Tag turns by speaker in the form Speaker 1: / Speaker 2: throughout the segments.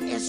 Speaker 1: this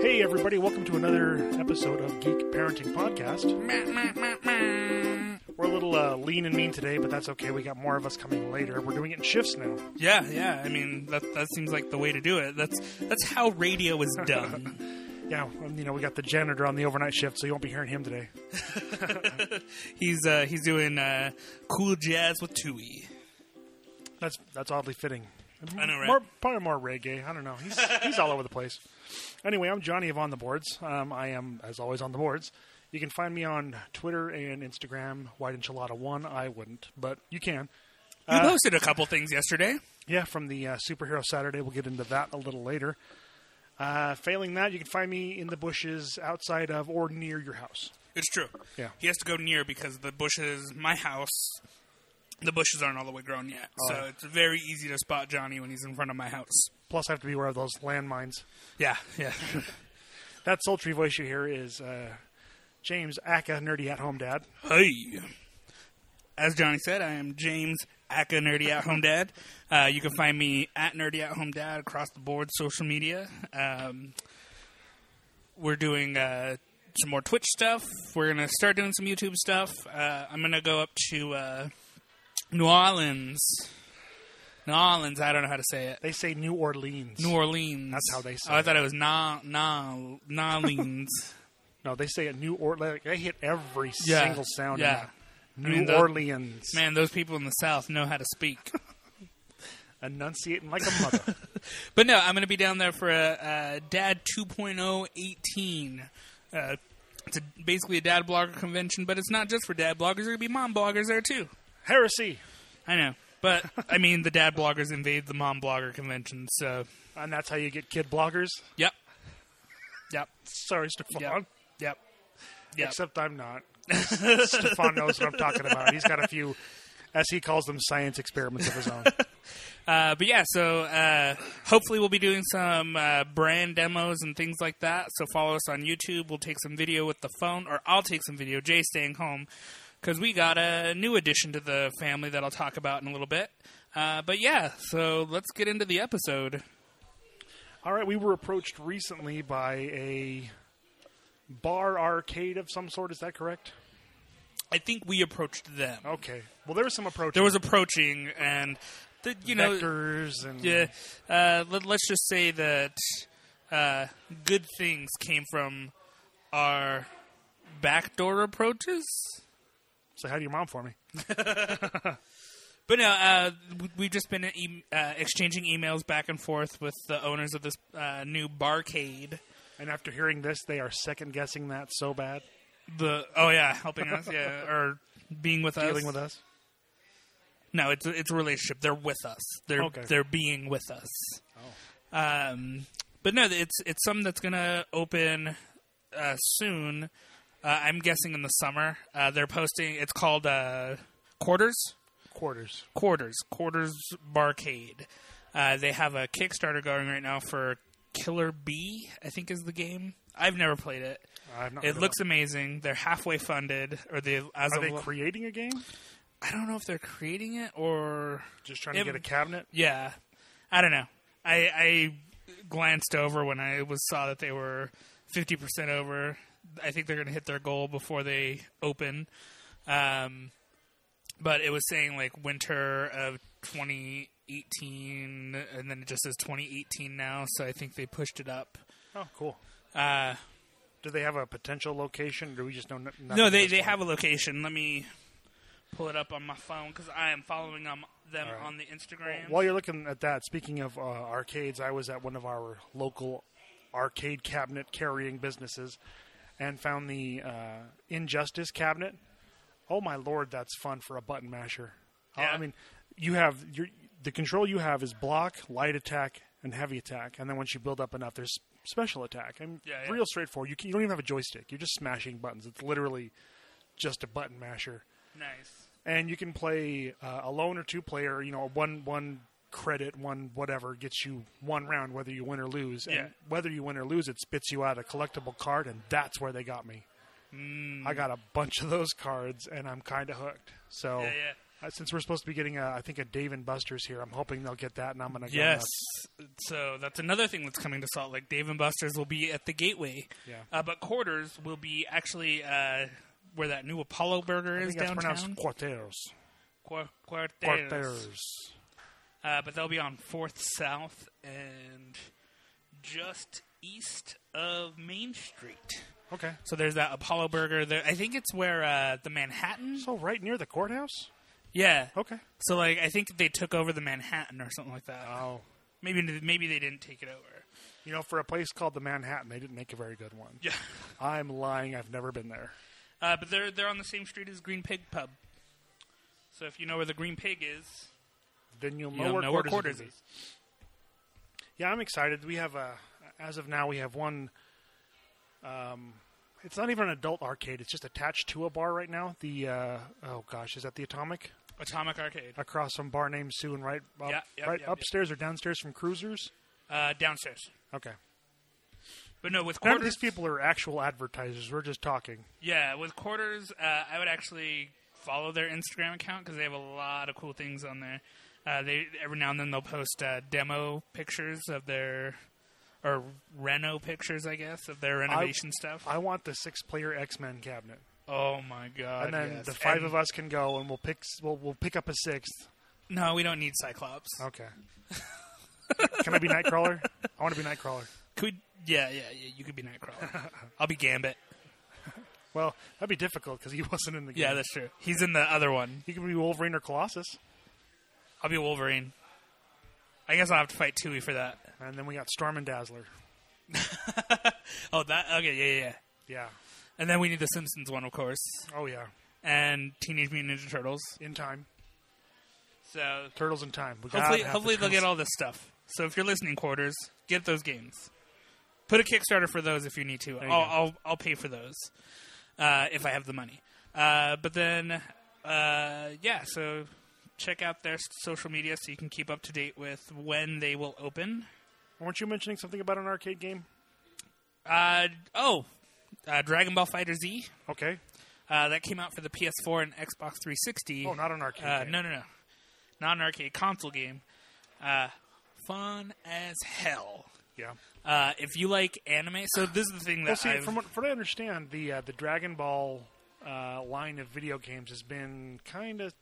Speaker 2: Hey, everybody, welcome to another episode of Geek Parenting Podcast. We're a little uh, lean and mean today, but that's okay. We got more of us coming later. We're doing it in shifts now.
Speaker 3: Yeah, yeah. I mean, that that seems like the way to do it. That's that's how radio is done.
Speaker 2: Yeah, and, you know, we got the janitor on the overnight shift, so you won't be hearing him today.
Speaker 3: he's uh, he's doing uh, cool jazz with Tui.
Speaker 2: That's that's oddly fitting.
Speaker 3: I know, right?
Speaker 2: More, probably more reggae. I don't know. He's he's all over the place. Anyway, I'm Johnny of On the Boards. Um, I am, as always, on the boards. You can find me on Twitter and Instagram, White Enchilada One. I wouldn't, but you can.
Speaker 3: You posted a couple things yesterday.
Speaker 2: Yeah, from the uh, Superhero Saturday. We'll get into that a little later. Uh, failing that, you can find me in the bushes outside of or near your house.
Speaker 3: It's true.
Speaker 2: Yeah.
Speaker 3: He has to go near because the bushes, my house, the bushes aren't all the way grown yet. So it's very easy to spot Johnny when he's in front of my house.
Speaker 2: Plus, I have to be aware of those landmines.
Speaker 3: Yeah, yeah.
Speaker 2: That sultry voice you hear is uh, James Aka, nerdy at home dad.
Speaker 3: hey. As Johnny said, I am James Aka Nerdy at Home Dad. Uh, you can find me at Nerdy at Home Dad across the board social media. Um, we're doing uh, some more Twitch stuff. We're gonna start doing some YouTube stuff. Uh, I'm gonna go up to uh, New Orleans. New Orleans. I don't know how to say it.
Speaker 2: They say New Orleans.
Speaker 3: New Orleans.
Speaker 2: That's how they say
Speaker 3: Oh, I
Speaker 2: it.
Speaker 3: thought it was na na na Orleans.
Speaker 2: no, they say it New Orleans. They hit every
Speaker 3: Yeah,
Speaker 2: single sound. in
Speaker 3: yeah.
Speaker 2: that. New
Speaker 3: mean, the-
Speaker 2: Orleans.
Speaker 3: Man, those people in the South know how to speak.
Speaker 2: Enunciating like a mother.
Speaker 3: But no, I'm going to be down there for a, a Dad 2.018. Uh, it's a, basically a dad blogger convention, but it's not just for dad bloggers. There's going to be mom bloggers there too.
Speaker 2: Heresy.
Speaker 3: I know, but I mean, the dad bloggers invade the mom blogger convention. So,
Speaker 2: And that's how you get kid bloggers.
Speaker 3: yep, yep,
Speaker 2: Sorry, Stefan.
Speaker 3: yep, yep. yep.
Speaker 2: Except I'm not. Stefan knows what I'm talking about. He's got a few, as he calls them, science experiments of his own.
Speaker 3: Uh, but yeah, so uh, hopefully we'll be doing some uh, brand demos and things like that. So follow us on YouTube. We'll take some video with the phone, or I'll take some video. Jay's staying home because we got a new addition to the family that I'll talk about in a little bit. Uh, but yeah, so let's get into the episode.
Speaker 2: All right, we were approached recently by a bar arcade of some sort. Is that correct?
Speaker 3: I think we approached them.
Speaker 2: Okay. Well, there was some approach.
Speaker 3: There was approaching, and the, you know,
Speaker 2: vectors and
Speaker 3: Yeah. Uh, let, let's just say that uh, good things came from our backdoor approaches.
Speaker 2: Say hi to your mom for me.
Speaker 3: But no, uh, w- we've just been e- uh, exchanging emails back and forth with the owners of this uh, new barcade.
Speaker 2: And after hearing this, they are second guessing that so bad.
Speaker 3: The oh yeah, helping us yeah, or being with us.
Speaker 2: Dealing with us.
Speaker 3: No, it's it's a relationship. They're with us. They're
Speaker 2: Okay. Oh.
Speaker 3: they're being with us. Um, but no, it's it's something that's gonna open uh, soon. Uh, I'm guessing in the summer. Uh, they're posting. It's called uh, quarters.
Speaker 2: Quarters.
Speaker 3: Quarters, Quarters Barcade. Uh, they have a Kickstarter going right now for Killer Bee, I think is the game. I've never played it.
Speaker 2: I've not heard
Speaker 3: It
Speaker 2: of
Speaker 3: looks amazing. They're halfway funded, or they as
Speaker 2: Are
Speaker 3: of
Speaker 2: they
Speaker 3: lo-
Speaker 2: creating a game?
Speaker 3: I don't know if they're creating it or
Speaker 2: Just trying to
Speaker 3: It-
Speaker 2: get a cabinet.
Speaker 3: yeah. I don't know. I, I glanced over when I was saw that they were fifty percent over. I think they're going to hit their goal before they open. Um, but it was saying like winter of 2018, and then it just says 2018 now. So I think they pushed it up.
Speaker 2: Oh, cool.
Speaker 3: Uh,
Speaker 2: Do they have a potential location? Or do we just know? n- nothing
Speaker 3: no,
Speaker 2: at
Speaker 3: they
Speaker 2: this
Speaker 3: they
Speaker 2: point?
Speaker 3: have a location. Let me pull it up on my phone because I am following um, them on the Instagram.
Speaker 2: While you're looking at that, speaking of uh, arcades, I was at one of our local arcade cabinet carrying businesses and found the uh, Injustice cabinet. Oh my lord, that's fun for a button masher. Uh,
Speaker 3: Yeah.
Speaker 2: I mean, you have your the control you have is block, light attack, and heavy attack. And then once you build up enough, there's special attack. I'm
Speaker 3: Yeah, yeah.
Speaker 2: real straightforward. You, can, you don't even have a joystick. You're just smashing buttons. It's literally just a button masher.
Speaker 3: Nice.
Speaker 2: And you can play uh, alone or two player. You know, one one credit, one whatever gets you one round, whether you win or lose.
Speaker 3: Yeah.
Speaker 2: And whether you win or lose, it spits you out a collectible card, and that's where they got me.
Speaker 3: Hmm.
Speaker 2: I got a bunch of those cards, and I'm kind of hooked. So
Speaker 3: Yeah, yeah.
Speaker 2: uh, since we're supposed to be getting, a, I think a Dave and Buster's here, I'm hoping they'll get that, and I'm gonna go
Speaker 3: Yes.
Speaker 2: nuts.
Speaker 3: So that's another thing that's coming to Salt Lake. Dave and Buster's will be at the Gateway.
Speaker 2: Yeah.
Speaker 3: Uh, but Quarters will be actually uh, where that new Apollo Burger
Speaker 2: I
Speaker 3: is
Speaker 2: think that's
Speaker 3: downtown.
Speaker 2: pronounced quarteros.
Speaker 3: Quar- Quarters.
Speaker 2: Quarteros.
Speaker 3: Uh, but they'll be on Fourth South and just east of Main Street.
Speaker 2: Okay.
Speaker 3: So there's that Apollo Burger. There, I think it's where uh, the Manhattan.
Speaker 2: So right near the courthouse.
Speaker 3: Yeah.
Speaker 2: Okay.
Speaker 3: So like I think they took over the Manhattan or something like that.
Speaker 2: Oh,
Speaker 3: Maybe maybe they didn't take it over.
Speaker 2: you know, for a place called the Manhattan, they didn't make a very good one.
Speaker 3: Yeah.
Speaker 2: I'm lying. I've never been there.
Speaker 3: Uh, but they're they're on the same street as Green Pig Pub. So if you know where the Green Pig is,
Speaker 2: Then you'll know,
Speaker 3: you'll
Speaker 2: where,
Speaker 3: know where
Speaker 2: quarters
Speaker 3: Quarters is.
Speaker 2: Yeah, I'm excited. We have a, as of now, we have one. Um, it's not even an adult arcade. It's just attached to a bar right now. The uh, oh gosh, is that the Atomic
Speaker 3: Atomic Arcade
Speaker 2: across some bar named Sue and right up,
Speaker 3: Yeah, yep,
Speaker 2: right
Speaker 3: yep, yep.
Speaker 2: upstairs or downstairs from Cruisers?
Speaker 3: uh, downstairs.
Speaker 2: Okay.
Speaker 3: But no, with
Speaker 2: None of
Speaker 3: quarters,
Speaker 2: these people are actual advertisers. We're just talking.
Speaker 3: yeah, with quarters, uh, I would actually follow their Instagram account because they have a lot of cool things on there. Uh, they every now and then they'll post uh, demo pictures of their or reno pictures, I guess, of their renovation stuff.
Speaker 2: I want the six-player X-Men cabinet,
Speaker 3: oh my god!
Speaker 2: and then
Speaker 3: yes.
Speaker 2: the five
Speaker 3: And-
Speaker 2: of us can go, and we'll pick. s- We'll, we'll pick up a sixth.
Speaker 3: No, we don't need Cyclops.
Speaker 2: Okay. can I be Nightcrawler? I want to be Nightcrawler.
Speaker 3: Could yeah, yeah, yeah. You could be Nightcrawler. I'll be Gambit.
Speaker 2: Well, that'd be difficult because he wasn't in the game.
Speaker 3: Yeah, that's true. He's in the other one.
Speaker 2: he could be Wolverine or Colossus,
Speaker 3: I'll be Wolverine. I guess I'll have to fight Tui for that.
Speaker 2: and then we got Storm and Dazzler.
Speaker 3: Oh, that okay, yeah, yeah, yeah.
Speaker 2: Yeah.
Speaker 3: And then we need the Simpsons one, of course,
Speaker 2: Oh yeah.
Speaker 3: and Teenage Mutant Ninja Turtles.
Speaker 2: In time,
Speaker 3: So
Speaker 2: Turtles in time. We gotta
Speaker 3: hopefully,
Speaker 2: have the
Speaker 3: hopefully they'll
Speaker 2: Turtles.
Speaker 3: get all this stuff. So if you're listening, quarters, get those games. Put a Kickstarter for those if you need to. I'll,
Speaker 2: you go.
Speaker 3: I'll I'll pay for those uh, if I have the money. Uh, but then, uh, yeah. So check out their s- social media so you can keep up to date with when they will open.
Speaker 2: Weren't you mentioning something about an arcade game?
Speaker 3: Uh, oh, uh, Dragon Ball Fighter Z
Speaker 2: Okay.
Speaker 3: uh, that came out for the PS4 and Xbox 360.
Speaker 2: Oh, not an arcade.
Speaker 3: Uh,
Speaker 2: game.
Speaker 3: no, no, no. Not an arcade console game. Uh, fun as hell.
Speaker 2: Yeah.
Speaker 3: Uh, if you like anime, so this is the thing that
Speaker 2: Well, see,
Speaker 3: I've-
Speaker 2: from what, from what I understand, the uh, the Dragon Ball uh, line of video games has been kind of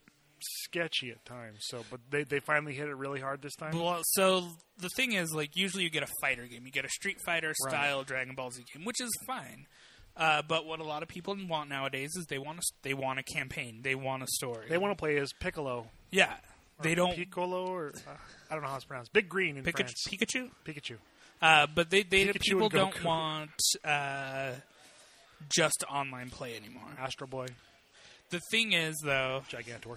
Speaker 2: sketchy at times. So, but they they finally hit it really hard this time.
Speaker 3: Well, so the thing is, like, usually you get a fighter game, you get a Street Fighter style Dragon Ball Z game, which is fine. Uh, but what a lot of people want nowadays is they want a, they want a campaign, they want a story.
Speaker 2: They want to play as Piccolo.
Speaker 3: yeah, they don't
Speaker 2: Piccolo, or uh, I don't know how it's pronounced. Big Green in
Speaker 3: Pikachu.
Speaker 2: France.
Speaker 3: Pikachu?
Speaker 2: Pikachu.
Speaker 3: Uh, but they, they
Speaker 2: Pikachu
Speaker 3: people
Speaker 2: and
Speaker 3: don't
Speaker 2: Goku.
Speaker 3: want uh, just online play anymore.
Speaker 2: Astro Boy.
Speaker 3: The thing is, though,
Speaker 2: Gigantor.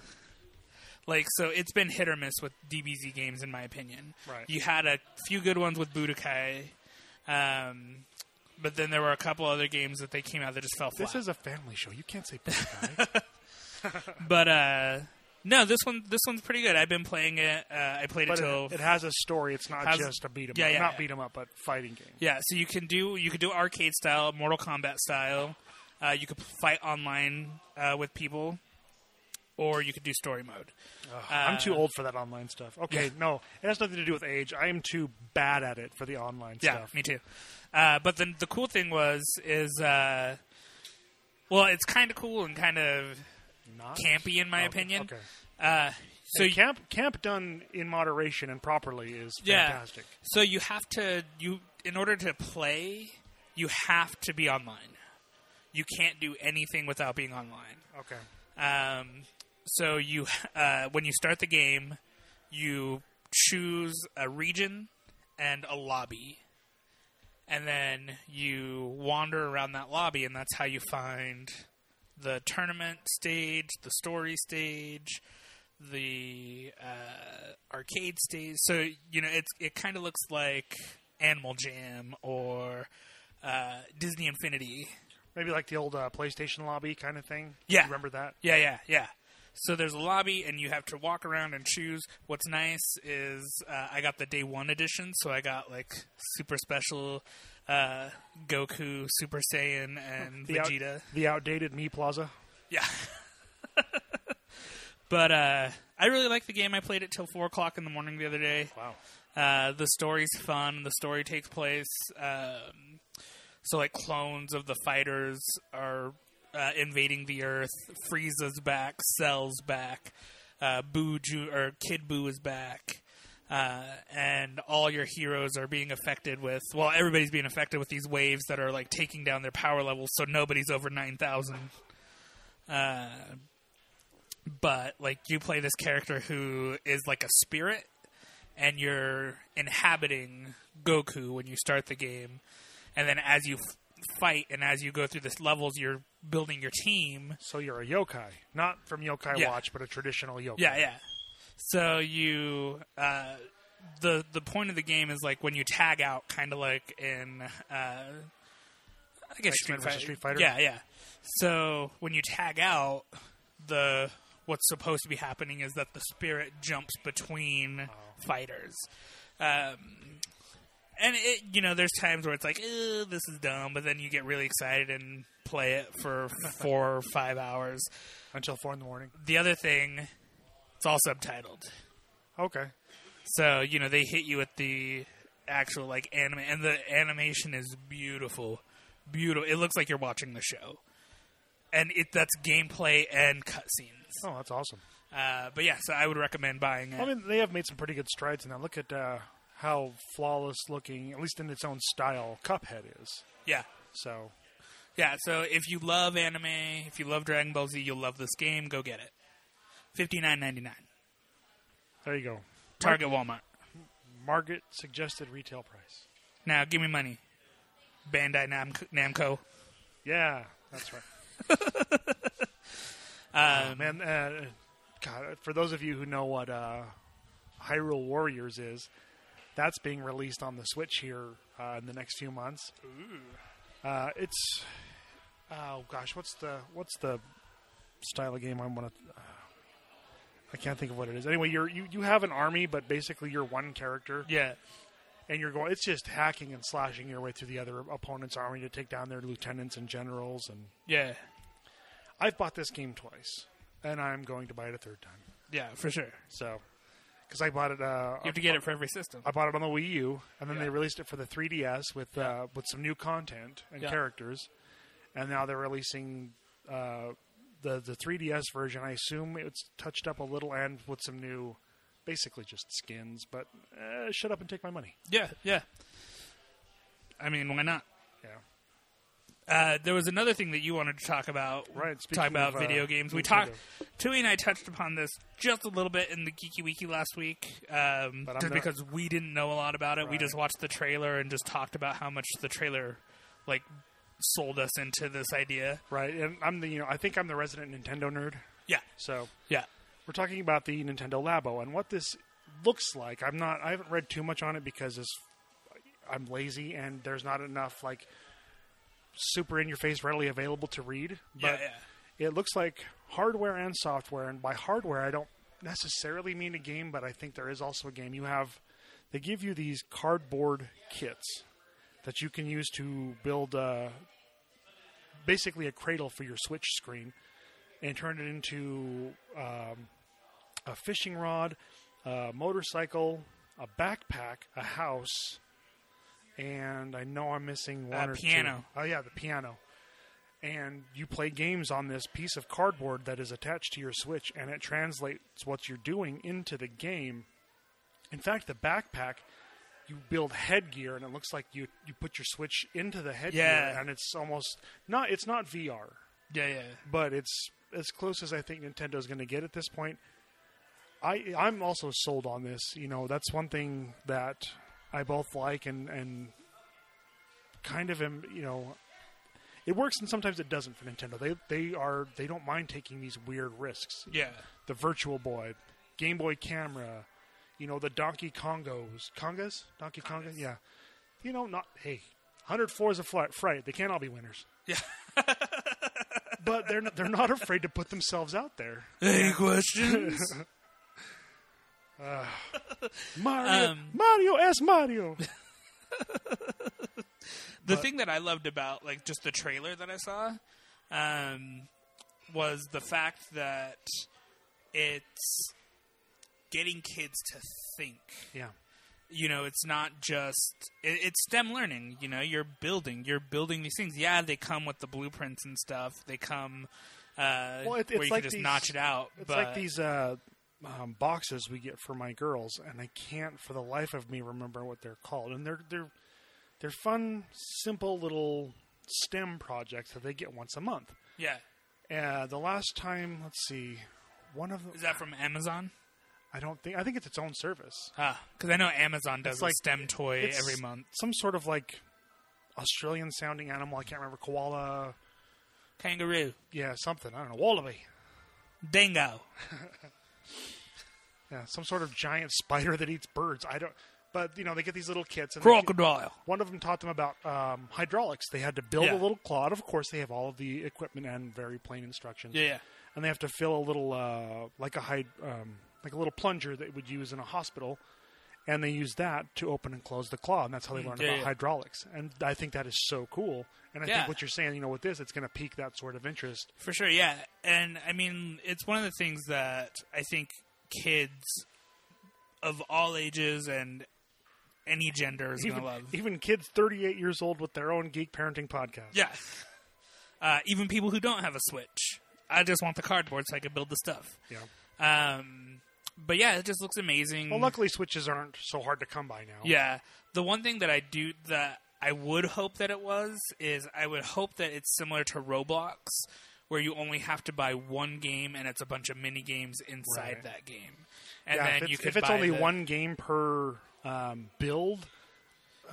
Speaker 3: like so it's been hit or miss with DBZ games in my opinion.
Speaker 2: Right.
Speaker 3: You had a few good ones with Budokai, um, but then there were a couple other games that they came out that just fell flat.
Speaker 2: This is a family show. You can't say Pikachu.
Speaker 3: but uh, no, this one this one's pretty good. I've been playing it. Uh, I played
Speaker 2: but
Speaker 3: it till
Speaker 2: it, it has a story. It's not
Speaker 3: Has-
Speaker 2: just a beat 'em
Speaker 3: Yeah,
Speaker 2: up.
Speaker 3: yeah,
Speaker 2: not
Speaker 3: yeah.
Speaker 2: beat 'em up, but fighting game.
Speaker 3: yeah. So you can do you can do arcade style, Mortal Kombat style. Uh, you could fight online uh, with people, or you could do story mode. Uh,
Speaker 2: I'm too old for that online stuff. Okay, no, it has nothing to do with age. I am too bad at it for the online
Speaker 3: Yeah,
Speaker 2: stuff.
Speaker 3: me too. Uh, but then the cool thing was is uh, well, it's kind of cool and kind of
Speaker 2: Not
Speaker 3: campy in
Speaker 2: Okay,
Speaker 3: my opinion.
Speaker 2: Okay.
Speaker 3: Uh, so you,
Speaker 2: camp camp done in moderation and properly is
Speaker 3: yeah,
Speaker 2: fantastic.
Speaker 3: so you have to you in order to play, you have to be online. You can't do anything without being online.
Speaker 2: Okay.
Speaker 3: Um, so you, uh, when you start the game, you choose a region and a lobby, and then you wander around that lobby, and that's how you find the tournament stage, the story stage, the uh, arcade stage. So you know, it's it kind of looks like Animal Jam or uh, Disney Infinity.
Speaker 2: Maybe like the old uh, PlayStation lobby kind of thing.
Speaker 3: Yeah.
Speaker 2: You remember that?
Speaker 3: Yeah, yeah, yeah. So there's a lobby, and you have to walk around and choose. What's nice is uh, I got the day one edition, so I got like super special uh, Goku, Super Saiyan, and
Speaker 2: out-
Speaker 3: Vegeta.
Speaker 2: the outdated Me Plaza.
Speaker 3: Yeah. but uh, I really like the game. I played it till four o'clock in the morning the other day.
Speaker 2: Wow.
Speaker 3: Uh, the story's fun. The story takes place. Um, so, like, clones of the fighters are uh, invading the Earth. Frieza's back. Cell's back. Uh, Boo Ju- or Kid Boo is back. Uh, and all your heroes are being affected with. Well, everybody's being affected with these waves that are like taking down their power levels. So nobody's over nine thousand Uh, but like you play this character who is like a spirit and you're inhabiting Goku when you start the game and then as you f- fight and as you go through this levels you're building your team
Speaker 2: So you're a yokai, not from Yokai
Speaker 3: Yeah.
Speaker 2: Watch, but a traditional yokai.
Speaker 3: yeah yeah so you uh the the point of the game is like when you tag out kind of like in uh I guess
Speaker 2: X-Men
Speaker 3: Street
Speaker 2: versus
Speaker 3: Fighter.
Speaker 2: Street Fighter?
Speaker 3: Yeah, yeah. So when you tag out the what's supposed to be happening is that the spirit jumps between
Speaker 2: Oh.
Speaker 3: fighters. Um, and it, you know, there's times where it's like, "Ew, this is dumb, but then you get really excited and play it for four or five hours.
Speaker 2: Until four in the morning.
Speaker 3: The other thing, it's all subtitled.
Speaker 2: Okay.
Speaker 3: So you know they hit you with the actual like anime, and the animation is beautiful, beautiful. It looks like you're watching the show, and it that's gameplay and cutscenes.
Speaker 2: Oh, that's awesome.
Speaker 3: Uh, but yeah, so I would recommend buying it.
Speaker 2: I mean, they have made some pretty good strides in that. Look at uh, how flawless looking, at least in its own style, Cuphead is.
Speaker 3: yeah,
Speaker 2: So
Speaker 3: yeah. So if you love anime, if you love Dragon Ball Z, you'll love this game. Go get it. Fifty nine ninety nine.
Speaker 2: there you go.
Speaker 3: Target Walmart.
Speaker 2: Margaret suggested retail price.
Speaker 3: Now give me money. Bandai Nam- Namco.
Speaker 2: Yeah, that's right. um, and uh, God, for those of you who know what uh, Hyrule Warriors is, that's being released on the Switch here uh, in the next few months. Uh, it's oh gosh, what's the what's the style of game I want to? Uh, I can't think of what it is. Anyway, you're you, you have an army, but basically you're one character
Speaker 3: Yeah.
Speaker 2: and you're going it's just hacking and slashing your way through the other opponent's army to take down their lieutenants and generals and
Speaker 3: Yeah.
Speaker 2: i've bought this game twice and i'm going to buy it a third time
Speaker 3: Yeah. For sure.
Speaker 2: so because i bought it uh,
Speaker 3: You have to get it for every system.
Speaker 2: i bought it on the wii u and then
Speaker 3: Yeah.
Speaker 2: they released it for the 3ds with uh, with some new content and
Speaker 3: Yeah.
Speaker 2: characters and now they're releasing uh, the the 3ds version i assume it's touched up a little and with some new basically just skins but uh, shut up and take my money
Speaker 3: Yeah, yeah. I mean, why not?
Speaker 2: yeah
Speaker 3: Uh, there was another thing that you wanted to talk about.
Speaker 2: Right,
Speaker 3: Talk
Speaker 2: speaking
Speaker 3: about
Speaker 2: of, uh,
Speaker 3: video games. We
Speaker 2: Nintendo.
Speaker 3: talked. Tui and I touched upon this just a little bit in the Geeky Wiki last week, um,
Speaker 2: But I'm not-
Speaker 3: just because we didn't know a lot about it. We
Speaker 2: Right.
Speaker 3: just watched the trailer and just talked about how much the trailer, like, sold us into this idea.
Speaker 2: Right, and I'm the you know I think I'm the resident Nintendo nerd.
Speaker 3: Yeah,
Speaker 2: So
Speaker 3: yeah,
Speaker 2: we're talking about the Nintendo Labo and what this looks like. I'm not I haven't read too much on it because it's, I'm lazy and there's not enough like super in your face readily available to read.
Speaker 3: yeah,
Speaker 2: But
Speaker 3: yeah.
Speaker 2: it looks like hardware and software, and by hardware I don't necessarily mean a game, but I think there is also a game. You have they give you these cardboard kits that you can use to build uh, basically a cradle for your Switch screen and turn it into um, a fishing rod, a motorcycle, a backpack, a house, and I know I'm missing one
Speaker 3: Uh,
Speaker 2: or two.
Speaker 3: piano.
Speaker 2: Oh yeah, the piano. And you play games on this piece of cardboard that is attached to your Switch, and it translates what you're doing into the game. In fact, the backpack you build headgear, and it looks like you you put your Switch into the headgear,
Speaker 3: Yeah.
Speaker 2: and it's almost not it's not VR
Speaker 3: yeah, yeah.
Speaker 2: but it's as close as I think Nintendo's going to get at this point. I I'm also sold on this. You know, that's one thing that I both like and and kind of am. You know, it works and sometimes it doesn't for Nintendo. They they are they don't mind taking these weird risks.
Speaker 3: yeah.
Speaker 2: the Virtual Boy, Game Boy camera, you know, the Donkey Kongos, Congas, Donkey Kongas, yeah. You know, not hey, 104 is a flight, fright. They can't all be winners. Yeah. but they're not, they're not afraid to put themselves out there.
Speaker 3: Any questions?
Speaker 2: Mario,
Speaker 3: Um,
Speaker 2: Mario S Mario.
Speaker 3: the thing that I loved about like just the trailer that I saw um, was the fact that it's getting kids to think.
Speaker 2: yeah.
Speaker 3: You know, it's not just it, it's STEM learning. You know, you're building, you're building these things. Yeah, they come with the blueprints and stuff. They come uh,
Speaker 2: Well, it-
Speaker 3: where
Speaker 2: it's
Speaker 3: you
Speaker 2: like
Speaker 3: can just
Speaker 2: these-
Speaker 3: notch it out.
Speaker 2: It's
Speaker 3: but
Speaker 2: like these uh, um, boxes we get for my girls, and I can't for the life of me remember what they're called. And they're they're they're fun, simple little STEM projects that they get once a month.
Speaker 3: yeah,
Speaker 2: Uh, the last time, let's see, one of them.
Speaker 3: is that from Amazon?
Speaker 2: I don't think I think it's its own service.
Speaker 3: Because I know Amazon does
Speaker 2: It's like-
Speaker 3: a STEM toy
Speaker 2: It's
Speaker 3: every month.
Speaker 2: some sort of like Australian sounding animal. I can't remember koala.
Speaker 3: Kangaroo,
Speaker 2: Yeah, something. I don't know. Wallaby.
Speaker 3: dingo.
Speaker 2: Yeah, some sort of giant spider that eats birds. I don't. But you know, they get these little kits. And they-
Speaker 3: crocodile.
Speaker 2: one of them taught them about um, hydraulics. They had to build
Speaker 3: Yeah.
Speaker 2: a little clod. Of course, they have all of the equipment and very plain instructions.
Speaker 3: Yeah, yeah.
Speaker 2: and they have to fill a little uh, like a hyd- um, like a little plunger that would use in a hospital, and they use that to open and close the claw, and that's how they learn
Speaker 3: Mm, yeah,
Speaker 2: about
Speaker 3: yeah.
Speaker 2: hydraulics. And I think that is so cool. And I
Speaker 3: Yeah.
Speaker 2: think what you're saying, you know, with this, it's going to pique that sort of interest.
Speaker 3: For sure, yeah. And I mean, it's one of the things that I think kids of all ages and any gender is going
Speaker 2: Even,
Speaker 3: to love.
Speaker 2: even kids 38 years old with their own geek parenting podcast.
Speaker 3: yeah. Uh, even people who don't have a Switch. I just want the cardboard so I can build the stuff.
Speaker 2: Yeah.
Speaker 3: Um, but yeah, it just looks amazing.
Speaker 2: Well, luckily switches aren't so hard to come by now.
Speaker 3: Mm. Yeah. The one thing that I do that I would hope that it was is I would hope that it's similar to Roblox where you only have to buy one game and it's a bunch of mini games inside
Speaker 2: Right.
Speaker 3: that game. And
Speaker 2: Yeah,
Speaker 3: then
Speaker 2: if it's,
Speaker 3: you could
Speaker 2: if it's
Speaker 3: buy
Speaker 2: only
Speaker 3: the-
Speaker 2: one game per um, build,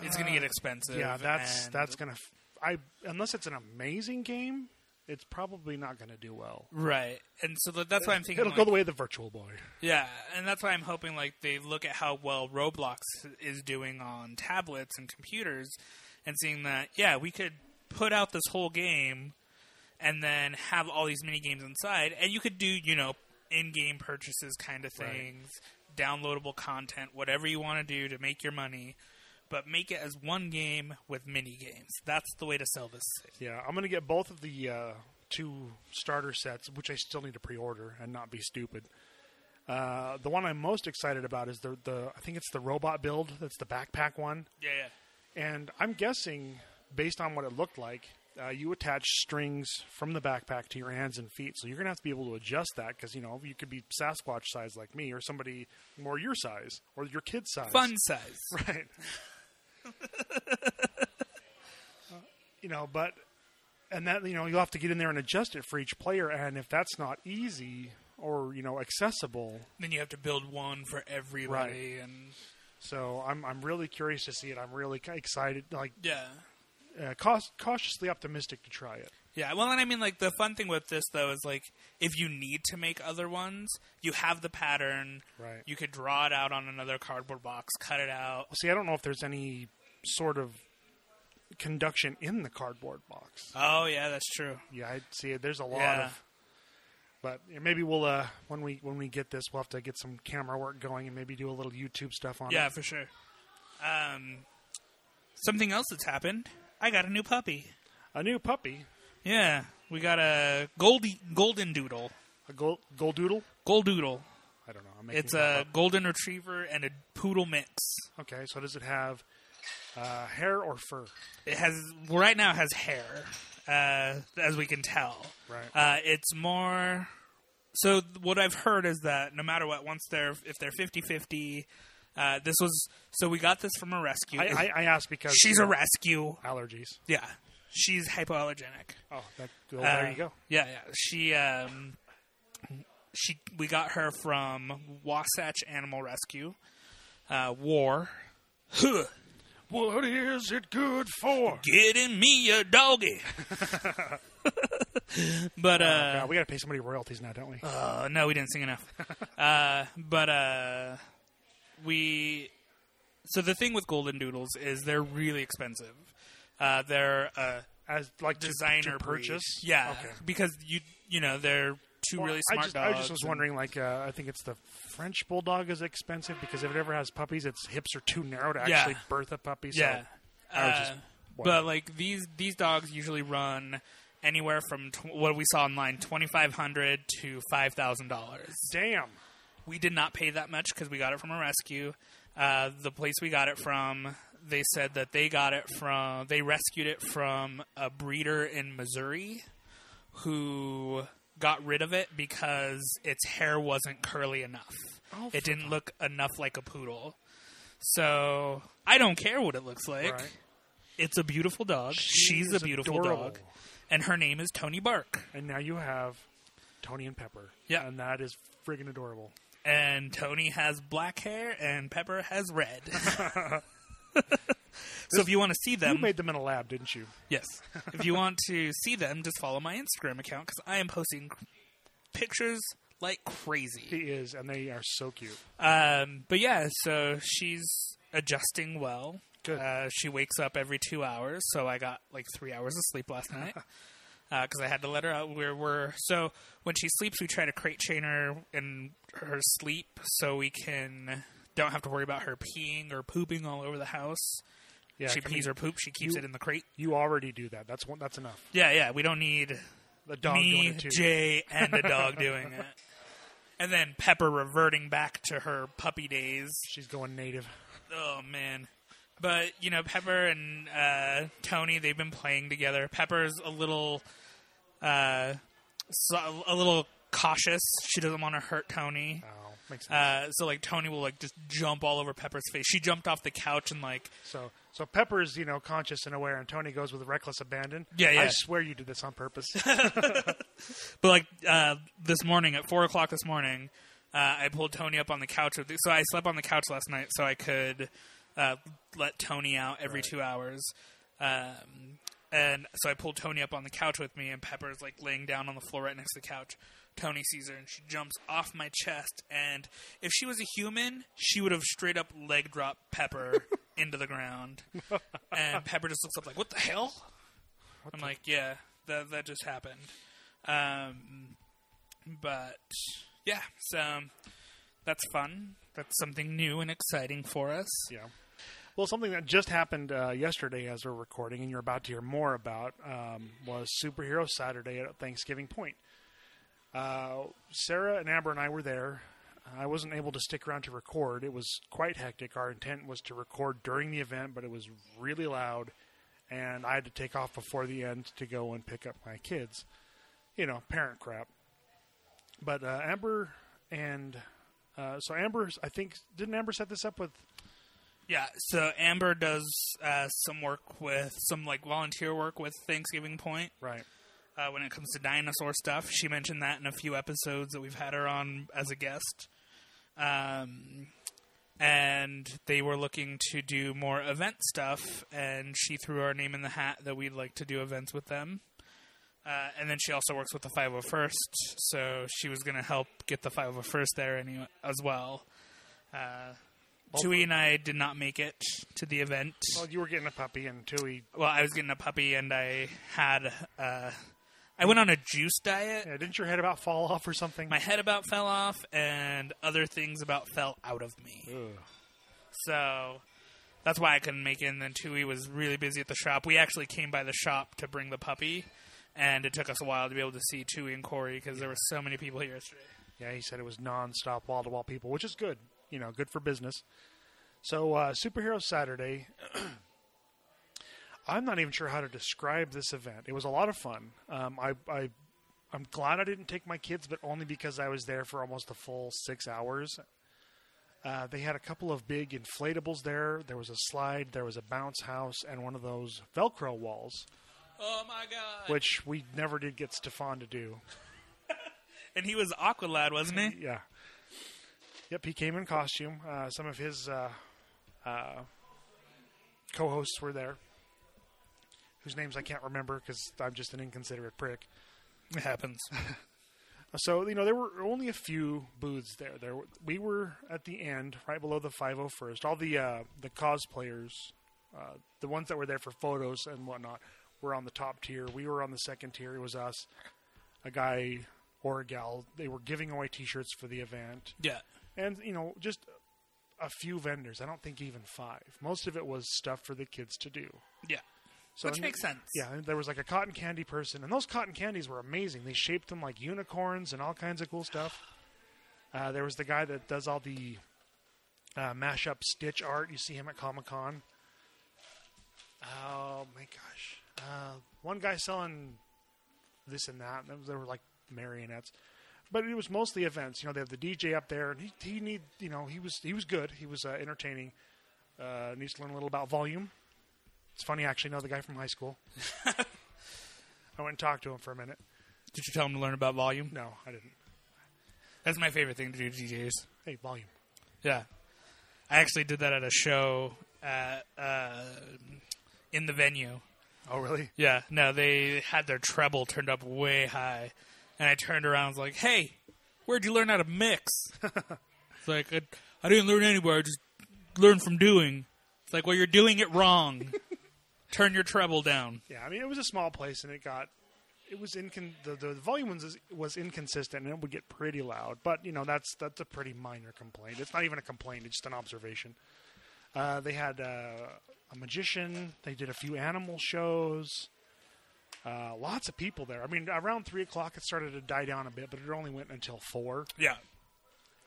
Speaker 3: it's going to get expensive.
Speaker 2: yeah, that's
Speaker 3: and-
Speaker 2: that's gonna. F- I unless it's an amazing game, it's probably not gonna do well.
Speaker 3: right. And so th- that's why I'm thinking
Speaker 2: It'll
Speaker 3: like,
Speaker 2: go the way of the Virtual Boy.
Speaker 3: Yeah, and that's why I'm hoping like they look at how well Roblox is doing on tablets and computers, and seeing that yeah we could put out this whole game, and then have all these mini games inside, and you could do you know in-game purchases kind of things, downloadable content, whatever you want to do to make your money, but make it as one game with mini games. That's the way to sell this. Thing.
Speaker 2: Yeah, I'm gonna get both of the uh, two starter sets, which I still need to pre-order and not be stupid. Uh, the one I'm most excited about is the the I think it's the robot build. That's the backpack one.
Speaker 3: Yeah, yeah.
Speaker 2: And I'm guessing, based on what it looked like, uh, you attach strings from the backpack to your hands and feet. So you're going to have to be able to adjust that because, you know, you could be Sasquatch size like me or somebody more your size or your kid's size.
Speaker 3: Fun size.
Speaker 2: Right. you know, but, and that, you know, you'll have to get in there and adjust it for each player. And if that's not easy or, you know, accessible,
Speaker 3: Then you have to build one for everybody, and
Speaker 2: so I'm, I'm really curious to see it. I'm really excited, like,
Speaker 3: yeah.
Speaker 2: uh, caus- cautiously optimistic to try it.
Speaker 3: Yeah, well, and I mean, like the fun thing with this though is like if you need to make other ones, you have the pattern.
Speaker 2: Right.
Speaker 3: You could draw it out on another cardboard box, cut it out.
Speaker 2: See, I don't know if there's any sort of conduction in the cardboard box.
Speaker 3: Oh yeah, that's true.
Speaker 2: Yeah, I see. There's a lot
Speaker 3: Yeah.
Speaker 2: of, but yeah, maybe we'll uh when we when we get this, we'll have to get some camera work going and maybe do a little YouTube stuff on
Speaker 3: Yeah,
Speaker 2: it.
Speaker 3: for sure. Um, something else that's happened. I got a new puppy.
Speaker 2: A new puppy,
Speaker 3: Yeah, we got a goldie golden doodle.
Speaker 2: a gold goldoodle.
Speaker 3: Goldoodle.
Speaker 2: I don't know. I'm making
Speaker 3: It's uh,
Speaker 2: stuff
Speaker 3: a golden retriever and a poodle mix.
Speaker 2: up. okay. So does it have uh, hair or fur?
Speaker 3: it has right now it has hair, uh, as we can tell.
Speaker 2: Right.
Speaker 3: Uh, it's more. So th- what I've heard is that no matter what, once they're if they're 50-50, uh, this was so we got this from a rescue.
Speaker 2: I, I, I asked because
Speaker 3: She's
Speaker 2: you
Speaker 3: a
Speaker 2: know,
Speaker 3: rescue.
Speaker 2: Allergies.
Speaker 3: Yeah. She's hypoallergenic.
Speaker 2: Oh, that, well, there
Speaker 3: Uh,
Speaker 2: you go.
Speaker 3: Yeah, yeah. She um she we got her from Wasatch Animal Rescue. Uh, war. Huh.
Speaker 2: What is it good for?
Speaker 3: Getting me a doggy. but uh,
Speaker 2: God, we got to pay somebody royalties now, don't we?
Speaker 3: Uh, no, we didn't sing enough. uh, but uh, we. So the thing with golden doodles is they're really expensive. Uh, they're a
Speaker 2: As like to- to,
Speaker 3: designer breed.
Speaker 2: purchase.
Speaker 3: Yeah,
Speaker 2: Okay.
Speaker 3: because you you know they're two
Speaker 2: Well,
Speaker 3: really
Speaker 2: I
Speaker 3: smart
Speaker 2: just,
Speaker 3: dogs.
Speaker 2: I just was
Speaker 3: and-
Speaker 2: wondering, like, uh, I think it's the French bulldog is expensive because if it ever has puppies, its hips are too narrow to
Speaker 3: Yeah.
Speaker 2: actually birth a puppy. So
Speaker 3: yeah.
Speaker 2: I was just
Speaker 3: Uh, but
Speaker 2: wondering.
Speaker 3: like these these dogs usually run anywhere from tw- what we saw online twenty five hundred to five thousand dollars.
Speaker 2: damn,
Speaker 3: we did not pay that much because we got it from a rescue. Uh, the place we got it from, they said that they got it from, they rescued it from a breeder in Missouri who got rid of it because its hair wasn't curly enough.
Speaker 2: Oh,
Speaker 3: it didn't look enough like a poodle. So I don't care what it looks like.
Speaker 2: Right.
Speaker 3: It's a beautiful dog. She's
Speaker 2: is
Speaker 3: a beautiful
Speaker 2: adorable.
Speaker 3: dog. And her name is Tony Bark.
Speaker 2: and now you have Tony and Pepper.
Speaker 3: Yeah.
Speaker 2: and that is friggin' adorable.
Speaker 3: and Tony has black hair and Pepper has red. so if you want to see them,
Speaker 2: You made them in a lab, didn't you?
Speaker 3: yes, if you want to see them, just follow my Instagram account because I am posting c- pictures like
Speaker 2: He
Speaker 3: crazy.
Speaker 2: is, and they are so cute.
Speaker 3: Um, but yeah, so she's adjusting well.
Speaker 2: Good.
Speaker 3: Uh, she wakes up every two hours, so I got like three hours of sleep last night. Because I had to let her out. We're, we're so when she sleeps, we try to crate chain her in her sleep, so we can don't have to worry about her peeing or pooping all over the house.
Speaker 2: Yeah,
Speaker 3: she
Speaker 2: I
Speaker 3: pees
Speaker 2: mean,
Speaker 3: her poop. She keeps
Speaker 2: you-
Speaker 3: it in the crate.
Speaker 2: You already do that. That's one. That's enough.
Speaker 3: Yeah, yeah. We don't need
Speaker 2: The dog doing
Speaker 3: me,
Speaker 2: it too.
Speaker 3: Jay, and a dog doing it. And then Pepper reverting back to her puppy days.
Speaker 2: She's going native.
Speaker 3: Oh man. But you know, Pepper and uh, Tony, they've been playing together. Pepper's a little, uh, so, a little cautious. She doesn't want to hurt Tony.
Speaker 2: Oh, makes sense.
Speaker 3: Uh, so like Tony will like just jump all over Pepper's face. She jumped off the couch and like
Speaker 2: so, so Pepper's you know conscious and aware, and Tony goes with reckless abandon.
Speaker 3: Yeah, yeah.
Speaker 2: I swear you did this on purpose.
Speaker 3: But like uh, this morning at four o'clock this morning, uh, I pulled Tony up on the couch. With so I slept on the couch last night so I could uh, let Tony out every two hours. Um, and so I pulled Tony up on the couch with me, and Pepper's like laying down on the floor right next to the couch. Tony sees her and she jumps off my chest. And if she was a human, she would have straight up leg dropped Pepper into the ground. And Pepper just looks up like, "What the hell?" I'm like, "Yeah, that that just happened." Um, but yeah, so um, that's fun. That's something new and exciting for us.
Speaker 2: Yeah. Well, something that just happened uh, yesterday as we're recording, and you're about to hear more about, um, was Superhero Saturday at Thanksgiving Point. Uh, Sarah and Amber and I were there. I wasn't able to stick around to record. It was quite hectic. Our intent was to record during the event, but it was really loud, and I had to take off before the end to go and pick up my kids. You know, parent crap. But uh, Amber and uh, so Amber, I think didn't Amber set this up with
Speaker 3: Yeah, so Amber does uh, some work with some like volunteer work with Thanksgiving Point
Speaker 2: right?
Speaker 3: uh, when it comes to dinosaur stuff. She mentioned that in a few episodes that we've had her on as a guest. Um, and they were looking to do more event stuff, and she threw our name in the hat that we'd like to do events with them. Uh, and then she also works with the 501st, so she was going to help get the 501st there anyway, as well. Uh, Tui and I did not make it to the event.
Speaker 2: Well, you were getting a puppy, and Tui.
Speaker 3: Well, I was getting a puppy, and I had uh, I went on a juice diet.
Speaker 2: Yeah, didn't your head about fall off or something?
Speaker 3: My head about fell off, and other things about fell out of me. So that's why I couldn't make it. And then Tui was really busy at the shop. We actually came by the shop to bring the puppy, and it took us a while to be able to see Tui and Corey because there were so many people here yesterday.
Speaker 2: yeah, he said it was nonstop, wall to wall people, which is good. You know, good for business. So, uh, Superhero Saturday. I'm not even sure how to describe this event. It was a lot of fun. Um, I, I, I'm glad I didn't take my kids, but only because I was there for almost a full six hours. Uh, they had a couple of big inflatables there. There was a slide, there was a bounce house, and one of those Velcro walls,
Speaker 3: Oh my god!
Speaker 2: which we never did get Stefan to do.
Speaker 3: And he was Aqualad, wasn't he?
Speaker 2: Yeah. Yep, he came in costume. Uh, some of his uh, uh, co-hosts were there, whose names I can't remember because I'm just an inconsiderate prick.
Speaker 3: It happens.
Speaker 2: So you know there were only a few booths there. There were- we were at the end, right below the 501st. All the uh, the cosplayers, uh, the ones that were there for photos and whatnot, were on the top tier. We were on the second tier. It was us, a guy or a gal. They were giving away T-shirts for the event,
Speaker 3: Yeah.
Speaker 2: and you know just a few vendors. I don't think even five. Most of it was stuff for the kids to do.
Speaker 3: Yeah.
Speaker 2: So
Speaker 3: Which
Speaker 2: and-
Speaker 3: makes sense.
Speaker 2: Yeah, and there was like a cotton candy person, and those cotton candies were amazing. They shaped them like unicorns and all kinds of cool stuff. Uh, there was the guy that does all the uh, mashup Stitch art. You see him at Comic Con. Oh my gosh! Uh, one guy selling this and that. and There were like marionettes, but it was mostly events. You know, they have the DJ up there, and he he need you know he was he was good. He was uh, entertaining. Uh, needs to learn a little about volume. It's funny, I actually know the guy from high school. I went and talked to him for a minute.
Speaker 3: Did you tell them to learn about volume?
Speaker 2: No, I didn't.
Speaker 3: That's my favorite thing to do to DJs.
Speaker 2: Hey, volume.
Speaker 3: Yeah. I actually did that at a show at, uh, in the venue.
Speaker 2: Oh, really?
Speaker 3: Yeah, no, they had their treble turned up way high, and I turned around and was like, "Hey, where'd you learn how to mix?" it's like I, I didn't learn anywhere; I just learned from doing. It's like, well, you're doing it wrong. Turn your treble down.
Speaker 2: Yeah, I mean, it was a small place, and it got it was incon- the, the the volume was was inconsistent, and it would get pretty loud. But you know, that's that's a pretty minor complaint. It's not even a complaint; it's just an observation. Uh, they had uh, a magician. They did a few animal shows. Uh, lots of people there. I mean, around three o'clock, it started to die down a bit, but it only went until four.
Speaker 3: Yeah,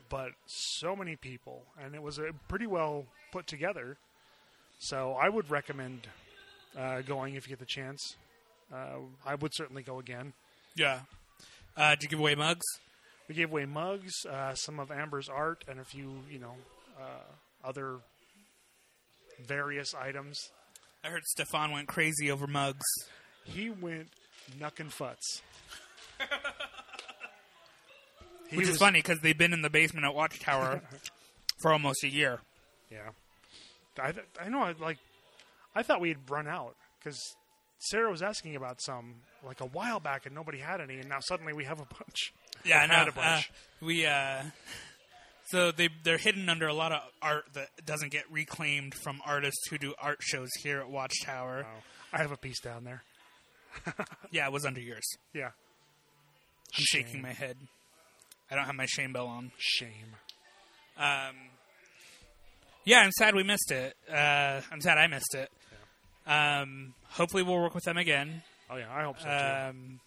Speaker 2: but so many people, and it was uh pretty well put together. So I would recommend uh, going if you get the chance. Uh, I would certainly go again.
Speaker 3: yeah. Uh, did you give away mugs?
Speaker 2: We gave away mugs, uh, some of Amber's art, and a few, you know, uh, other various items.
Speaker 3: I heard Stefan went crazy over mugs.
Speaker 2: He went knuckin' futz. He
Speaker 3: Which is funny because they've been in the basement at Watchtower for almost a year.
Speaker 2: Yeah, I th- I know. I like. I thought we had run out because Sarah was asking about some like a while back, and nobody had any, and now suddenly we have a bunch.
Speaker 3: Yeah, I
Speaker 2: We've
Speaker 3: know.
Speaker 2: had a bunch.
Speaker 3: Uh, we uh, so they they're hidden under a lot of art that doesn't get reclaimed from artists who do art shows here at Watchtower.
Speaker 2: Oh, I have a piece down there.
Speaker 3: Yeah, it was under yours.
Speaker 2: Yeah,
Speaker 3: I'm shaking my head. I don't have my shame bell on.
Speaker 2: shame.
Speaker 3: Yeah, I'm sad we missed it. Uh, I'm sad I missed it. Um, hopefully we'll work with them again.
Speaker 2: Oh yeah, I hope so too.
Speaker 3: Um,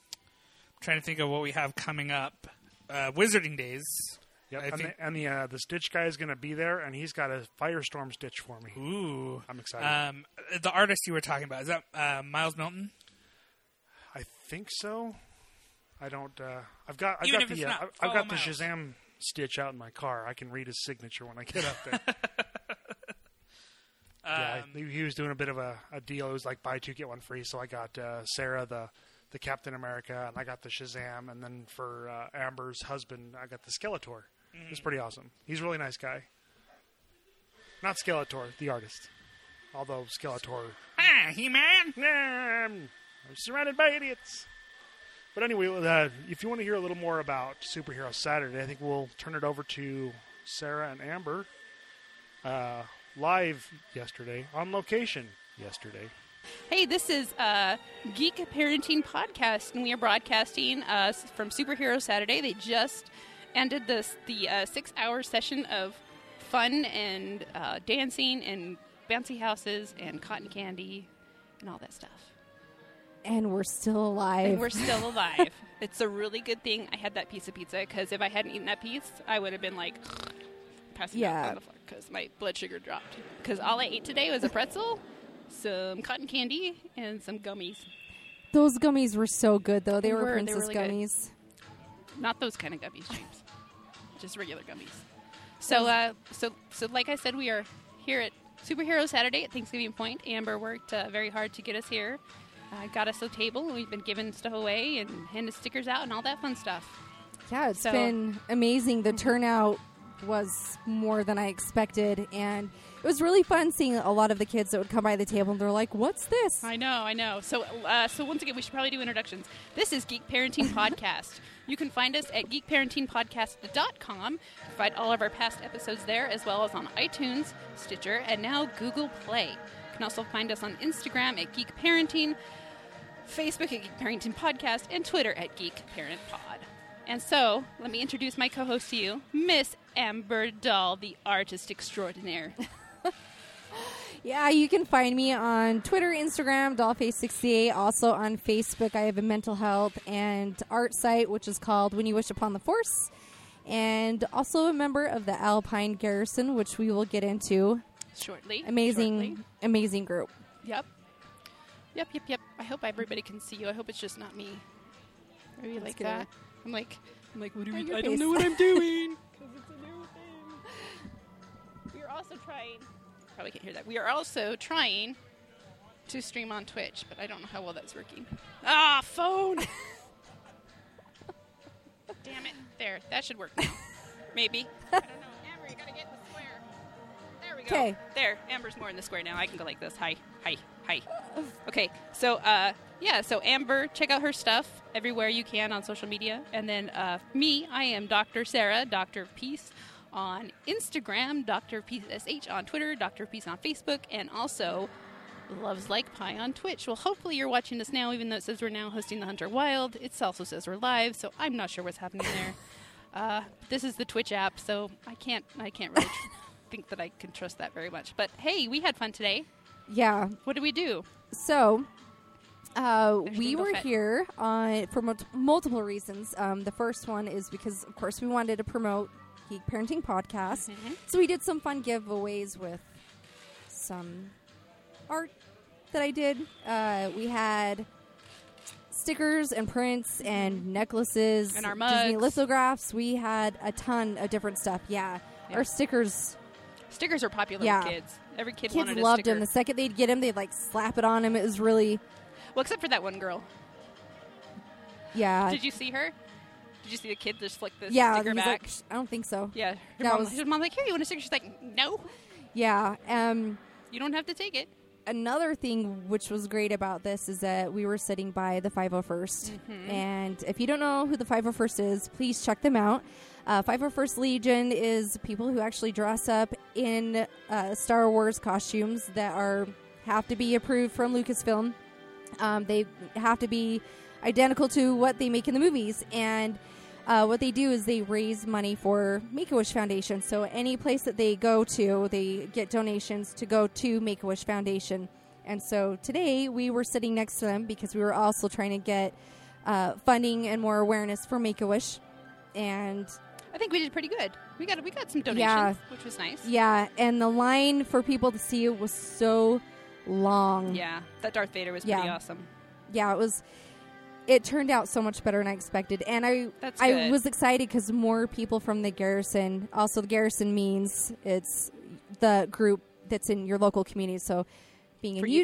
Speaker 3: trying to think of what we have coming up. Uh, Wizarding Days.
Speaker 2: yep.
Speaker 3: I
Speaker 2: and
Speaker 3: think-
Speaker 2: the, and the, uh, the Stitch guy is going to be there, and he's got a firestorm Stitch for me.
Speaker 3: Ooh,
Speaker 2: I'm excited.
Speaker 3: um, the artist you were talking about is that uh, Miles Milton?
Speaker 2: I think so. I don't. Uh, I've got. I've
Speaker 3: Even
Speaker 2: got
Speaker 3: if it's
Speaker 2: the. Uh,
Speaker 3: not,
Speaker 2: I've- I've got the
Speaker 3: follow Miles.
Speaker 2: Shazam Stitch out in my car. I can read his signature when I get up there. yeah, I-
Speaker 3: Um,
Speaker 2: he was doing a bit of a, a deal. It was like buy two get one free. So I got uh, Sarah the the Captain America, and I got the Shazam, and then for uh, Amber's husband, I got the Skeletor.
Speaker 3: Mm.
Speaker 2: It's pretty awesome. He's a really nice guy. Not Skeletor, the artist. Although Skeletor
Speaker 3: Ah, He Man.
Speaker 2: I'm surrounded by idiots. But anyway, uh, if you want to hear a little more about Superhero Saturday, I think we'll turn it over to Sarah and Amber. Uh, live yesterday, on location yesterday.
Speaker 4: Hey, this is uh, Geek Parenting Podcast, and we are broadcasting uh, s- from Superhero Saturday. They just ended this the uh, six hour session of fun and uh, dancing and bouncy houses and cotton candy and all that stuff.
Speaker 5: And we're still alive.
Speaker 4: And we're still alive. it's a really good thing I had that piece of pizza because if I hadn't eaten that piece, I would have been like passing out
Speaker 5: Yeah.
Speaker 4: on the floor because my blood sugar dropped. Because all I ate today was a pretzel, some cotton candy, and some gummies.
Speaker 5: Those gummies were so good, though. They
Speaker 4: They
Speaker 5: were,
Speaker 4: were, they
Speaker 5: princess
Speaker 4: were really good.
Speaker 5: gummies.
Speaker 4: Not those kind of gummies, James. Just regular gummies. So, uh, so, so, like I said, we are here at Superhero Saturday at Thanksgiving Point. Amber worked uh, very hard to get us here. Uh, got us a table, and we've been giving stuff away and handing stickers out and all that fun stuff.
Speaker 5: Yeah, it's
Speaker 4: So-
Speaker 5: Mm-hmm. been amazing. The turnout was more than I expected, and It was really fun seeing a lot of the kids that would come by the table and they're like, "What's this?"
Speaker 4: I know, I know. So, uh, so once again, we should probably do introductions. This is Geek Parenting Podcast. You can find us at geekparentingpodcast.com. Find all of our past episodes there, as well as on iTunes, Stitcher, and now Google Play. You can also find us on Instagram at Geek Parenting, Facebook at Geek Parenting Podcast, and Twitter at Geek Parent Pod. And so, let me introduce my co-host to you, Miss Amber Doll, the artist extraordinaire.
Speaker 5: Yeah, you can find me on Twitter, Instagram, Dollface68. Also on Facebook, I have a mental health and art site, which is called When You Wish Upon the Force. And also a member of the Alpine Garrison, which we will get into.
Speaker 4: Shortly,
Speaker 5: Amazing,
Speaker 4: shortly.
Speaker 5: amazing group.
Speaker 4: Yep. Yep, yep, yep. I hope everybody can see you. I hope it's just not me. Are you like
Speaker 5: good.
Speaker 4: that? I'm like, I'm like, what are
Speaker 5: Not
Speaker 4: we?
Speaker 5: your
Speaker 4: I don't know
Speaker 5: face.
Speaker 4: what I'm doing. 'Cause it's a new thing. We're also trying. Probably can't hear that. We are also trying to stream on Twitch, but I don't know how well that's working. Ah, phone. Damn it! There, that should work. Now. Maybe. I don't know. Amber, you gotta get in the square. There we go.
Speaker 5: 'Kay.
Speaker 4: There, Amber's more in the square now. I can go like this. Hi, hi, hi. Okay, so uh, yeah, so Amber, check out her stuff everywhere you can on social media, and then uh, me, I am Dr. Sarah, Dr. Peace on Instagram, Dr. Peace SH on Twitter, Dr. Peace on Facebook, and also Loves Like Pie on Twitch. Well, hopefully you're watching this now, even though it says we're now hosting the Hunter Wild. It also says we're live, so I'm not sure what's happening there. Uh, this is the Twitch app, so I can't I can't really think that I can trust that very much. But hey, we had fun today.
Speaker 5: Yeah.
Speaker 4: What did we do?
Speaker 5: So, uh, we
Speaker 4: Jingle
Speaker 5: were
Speaker 4: Fit.
Speaker 5: here uh, for mul- multiple reasons. Um, the first one is because, of course, we wanted to promote Geek Parenting Podcast.
Speaker 4: Mm-hmm.
Speaker 5: So we did some fun giveaways with some art that I did. Uh, we had stickers and prints and necklaces
Speaker 4: Mm-hmm. And our
Speaker 5: Disney
Speaker 4: mugs.
Speaker 5: lithographs. We had a ton of different stuff. Yeah,
Speaker 4: Yeah.
Speaker 5: our stickers.
Speaker 4: Stickers are popular
Speaker 5: Yeah.
Speaker 4: with kids. Every kid
Speaker 5: Kids
Speaker 4: wanted a
Speaker 5: loved
Speaker 4: sticker.
Speaker 5: them. The second they'd get them, they'd like slap it on him. It was really.
Speaker 4: well, except for that one girl.
Speaker 5: Yeah,
Speaker 4: Did you see her? Did you see the kid just flick the
Speaker 5: yeah,
Speaker 4: sticker
Speaker 5: he's
Speaker 4: back?
Speaker 5: like, "Sh- I don't think so.
Speaker 4: yeah. Her
Speaker 5: that
Speaker 4: mom,
Speaker 5: was-
Speaker 4: her mom like, here, you want a sticker? She's like, no,
Speaker 5: Yeah. Um,
Speaker 4: you don't have to take it.
Speaker 5: another thing which was great about this is that we were sitting by the 501st.
Speaker 4: Mm-hmm.
Speaker 5: And if you don't know who the 501st is, please check them out. Uh, 501st Legion is people who actually dress up in uh, Star Wars costumes that are have to be approved from Lucasfilm. Um, they have to be identical to what they make in the movies. And uh, what they do is they raise money for Make a Wish Foundation. So any place that they go to, they get donations to go to Make a Wish Foundation. And so today we were sitting next to them because we were also trying to get uh, funding and more awareness for Make a Wish. And
Speaker 4: I think we did pretty good. We got we got some donations,
Speaker 5: Yeah.
Speaker 4: which was nice.
Speaker 5: yeah, and the line for people to see it was so long.
Speaker 4: Yeah, that Darth Vader was pretty
Speaker 5: Yeah.
Speaker 4: awesome.
Speaker 5: yeah, it was. It turned out so much better than I expected, and I
Speaker 4: That's
Speaker 5: I
Speaker 4: good.
Speaker 5: was excited because more people from the garrison. Also, the garrison means it's the group that's in your local community. So, being
Speaker 4: For
Speaker 5: in
Speaker 4: Utah,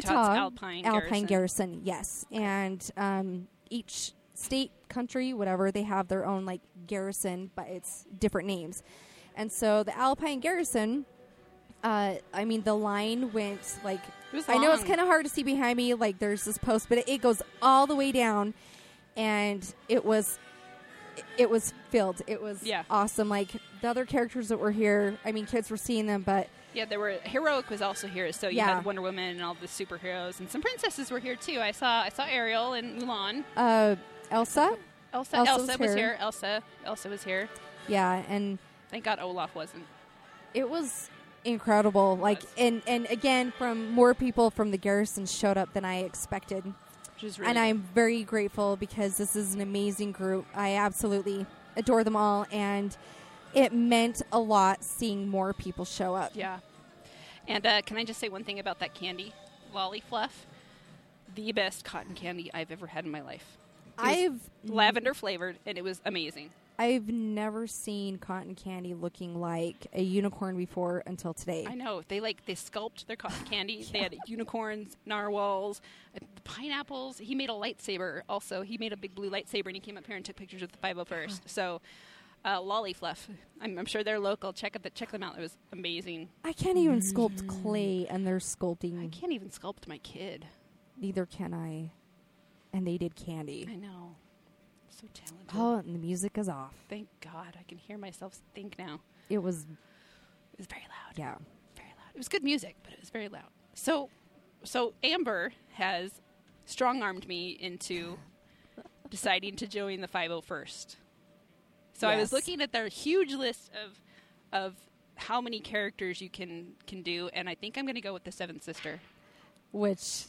Speaker 4: it's
Speaker 5: Utah,
Speaker 4: Alpine Garrison.
Speaker 5: Garrison, yes, and um, each state, country, whatever, they have their own like garrison, but it's different names. And so, the Alpine Garrison. Uh, I mean, the line went like
Speaker 4: It was
Speaker 5: I know it's
Speaker 4: long.
Speaker 5: kind of hard to see behind me. Like there's this post, but it, it goes all the way down, and it was it was filled. It was
Speaker 4: Yeah.
Speaker 5: awesome. Like the other characters that were here, I mean, kids were seeing them, but
Speaker 4: Yeah, there were heroic was also here, so you
Speaker 5: Yeah.
Speaker 4: had Wonder Woman and all the superheroes, and some princesses were here too. I saw I saw Ariel and Mulan.
Speaker 5: uh, Elsa,
Speaker 4: Elsa
Speaker 5: Elsa
Speaker 4: Elsa
Speaker 5: was
Speaker 4: was,
Speaker 5: here.
Speaker 4: here. Elsa Elsa was here.
Speaker 5: yeah, and
Speaker 4: Thank God Olaf wasn't.
Speaker 5: it was incredible. Like
Speaker 4: was.
Speaker 5: and and again, from more people from the garrison showed up than I expected,
Speaker 4: Which is really
Speaker 5: and I'm very grateful because this is an amazing group. I absolutely adore them all, and it meant a lot seeing more people show up.
Speaker 4: Yeah. And uh, can I just say one thing about that candy, lolly fluff? The best cotton candy I've ever had in my life.
Speaker 5: I've
Speaker 4: Lavender flavored, and it was amazing.
Speaker 5: I've never seen cotton candy looking like a unicorn before until today.
Speaker 4: I know they like they sculpt their cotton candy. They had unicorns, narwhals, uh, pineapples. He made a lightsaber. Also, he made a big blue lightsaber, and he came up here and took pictures with the 501st. So. Uh, Lolly Fluff. I'm, I'm sure they're local. Check the, check them out. It was amazing.
Speaker 5: I can't even sculpt clay, and they're
Speaker 4: I
Speaker 5: sculpting.
Speaker 4: can't even sculpt my kid.
Speaker 5: Neither can I. And they did candy.
Speaker 4: I know. So talented.
Speaker 5: Oh, and the music is off.
Speaker 4: Thank God. I can hear myself think now.
Speaker 5: It was,
Speaker 4: It was very loud.
Speaker 5: yeah.
Speaker 4: Very loud. It was good music, but it was very loud. So, so Amber has strong armed me into deciding to join the 501st. So I was
Speaker 5: Yes.
Speaker 4: looking at their huge list of of how many characters you can can do, and I think I'm going to go with the Seventh Sister.
Speaker 5: Which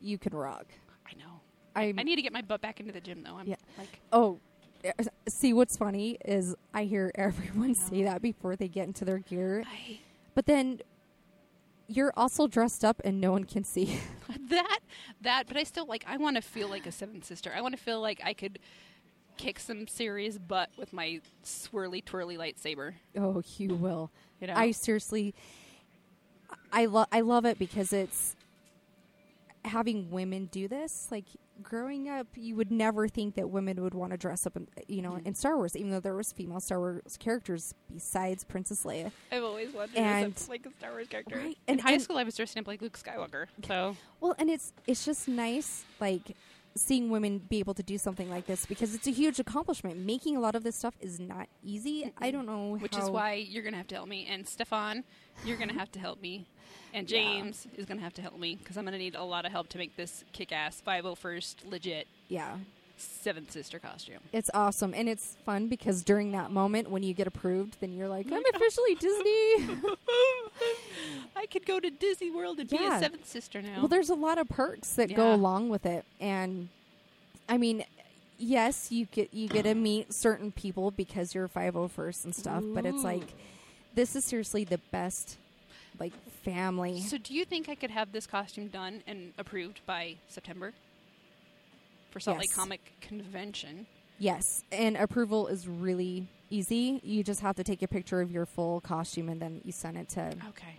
Speaker 5: you can rock.
Speaker 4: I know.
Speaker 5: I'm-
Speaker 4: I need to get my butt back into the gym though. I'm
Speaker 5: Yeah.
Speaker 4: like,
Speaker 5: Oh, uh, see, what's funny is I hear everyone say that before they get into their gear,
Speaker 4: I,
Speaker 5: but then you're also dressed up and no one can see.
Speaker 4: that that but i still like i want to feel like a seventh sister i want to feel like i could kick some serious butt with my swirly twirly lightsaber
Speaker 5: oh, you will.
Speaker 4: You know?
Speaker 5: I seriously, I love, I love it because it's having women do this. Like growing up, you would never think that women would want to dress up, in, you know,
Speaker 4: Mm-hmm.
Speaker 5: in Star Wars, even though there was female Star Wars characters besides Princess Leia.
Speaker 4: i've always wanted
Speaker 5: And-
Speaker 4: to dress up like a star wars character
Speaker 5: Right,
Speaker 4: in
Speaker 5: and-
Speaker 4: high
Speaker 5: and-
Speaker 4: school i was dressing up like luke skywalker so
Speaker 5: Well, and it's it's just nice like seeing women be able to do something like this because it's a huge accomplishment. Making a lot of this stuff is not easy. I don't know
Speaker 4: which
Speaker 5: how-
Speaker 4: is why you're gonna have to help me and stefan you're gonna have to help me and james is gonna have to help me because i'm gonna need a lot of help to make this kick-ass 501st legit
Speaker 5: yeah.
Speaker 4: seventh sister costume
Speaker 5: It's awesome and it's fun because during that moment when you get approved, then you're like, I'm officially Disney.
Speaker 4: i could go to disney world and be
Speaker 5: Yeah.
Speaker 4: a seventh sister now
Speaker 5: Well, there's a lot of perks that go
Speaker 4: Yeah.
Speaker 5: along with it, and I mean, yes, you get you get to meet certain people because you're 501st and stuff, but it's like this is seriously the best like family.
Speaker 4: So, do you think I could have this costume done and approved by September for Salt Lake
Speaker 5: Yes.
Speaker 4: Comic Convention?
Speaker 5: Yes, and approval is really easy. You just have to take a picture of your full costume and then you send it to
Speaker 4: Okay,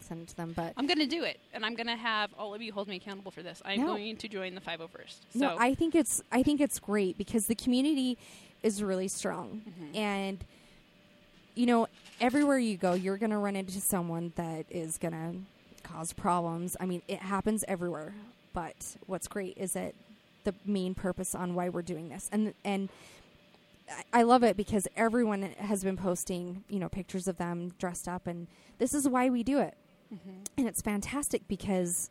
Speaker 5: send it to them. But
Speaker 4: I'm going to do it, and I'm going to have all of you hold me accountable for this. I'm
Speaker 5: No.
Speaker 4: going to join the 501st. So,
Speaker 5: no, I think it's I think it's great because the community is really strong, and you know everywhere you go, you're going to run into someone that is going to cause problems. I mean, it happens everywhere. But what's great is that the main purpose on why we're doing this, and and I- I love it because everyone has been posting, you know, pictures of them dressed up, and this is why we do it. And it's fantastic because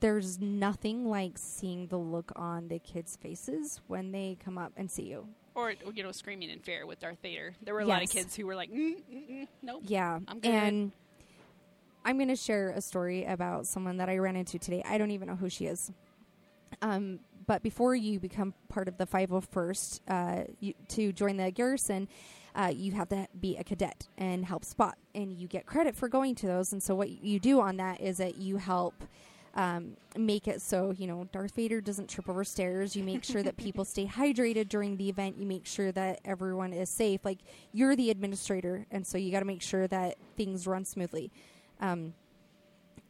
Speaker 5: there's nothing like seeing the look on the kids' faces when they come up and see you.
Speaker 4: or you know, screaming in fear with Darth Vader. There were a lot of
Speaker 5: Yes.
Speaker 4: kids who were like, mm, mm, mm, "Nope,
Speaker 5: Yeah,
Speaker 4: I'm good."
Speaker 5: and I'm going to share a story about someone that I ran into today. I don't even know who she is. Um, but before you become part of the 501st, uh, you, to join the garrison, uh, you have to be a cadet and help spot, and you get credit for going to those. And so, what you do on that is that you help um, make it so you know Darth Vader doesn't trip over stairs. You make sure that people stay hydrated during the event. You make sure that everyone is safe. Like you're the administrator, and so you got to make sure that things run smoothly. Um,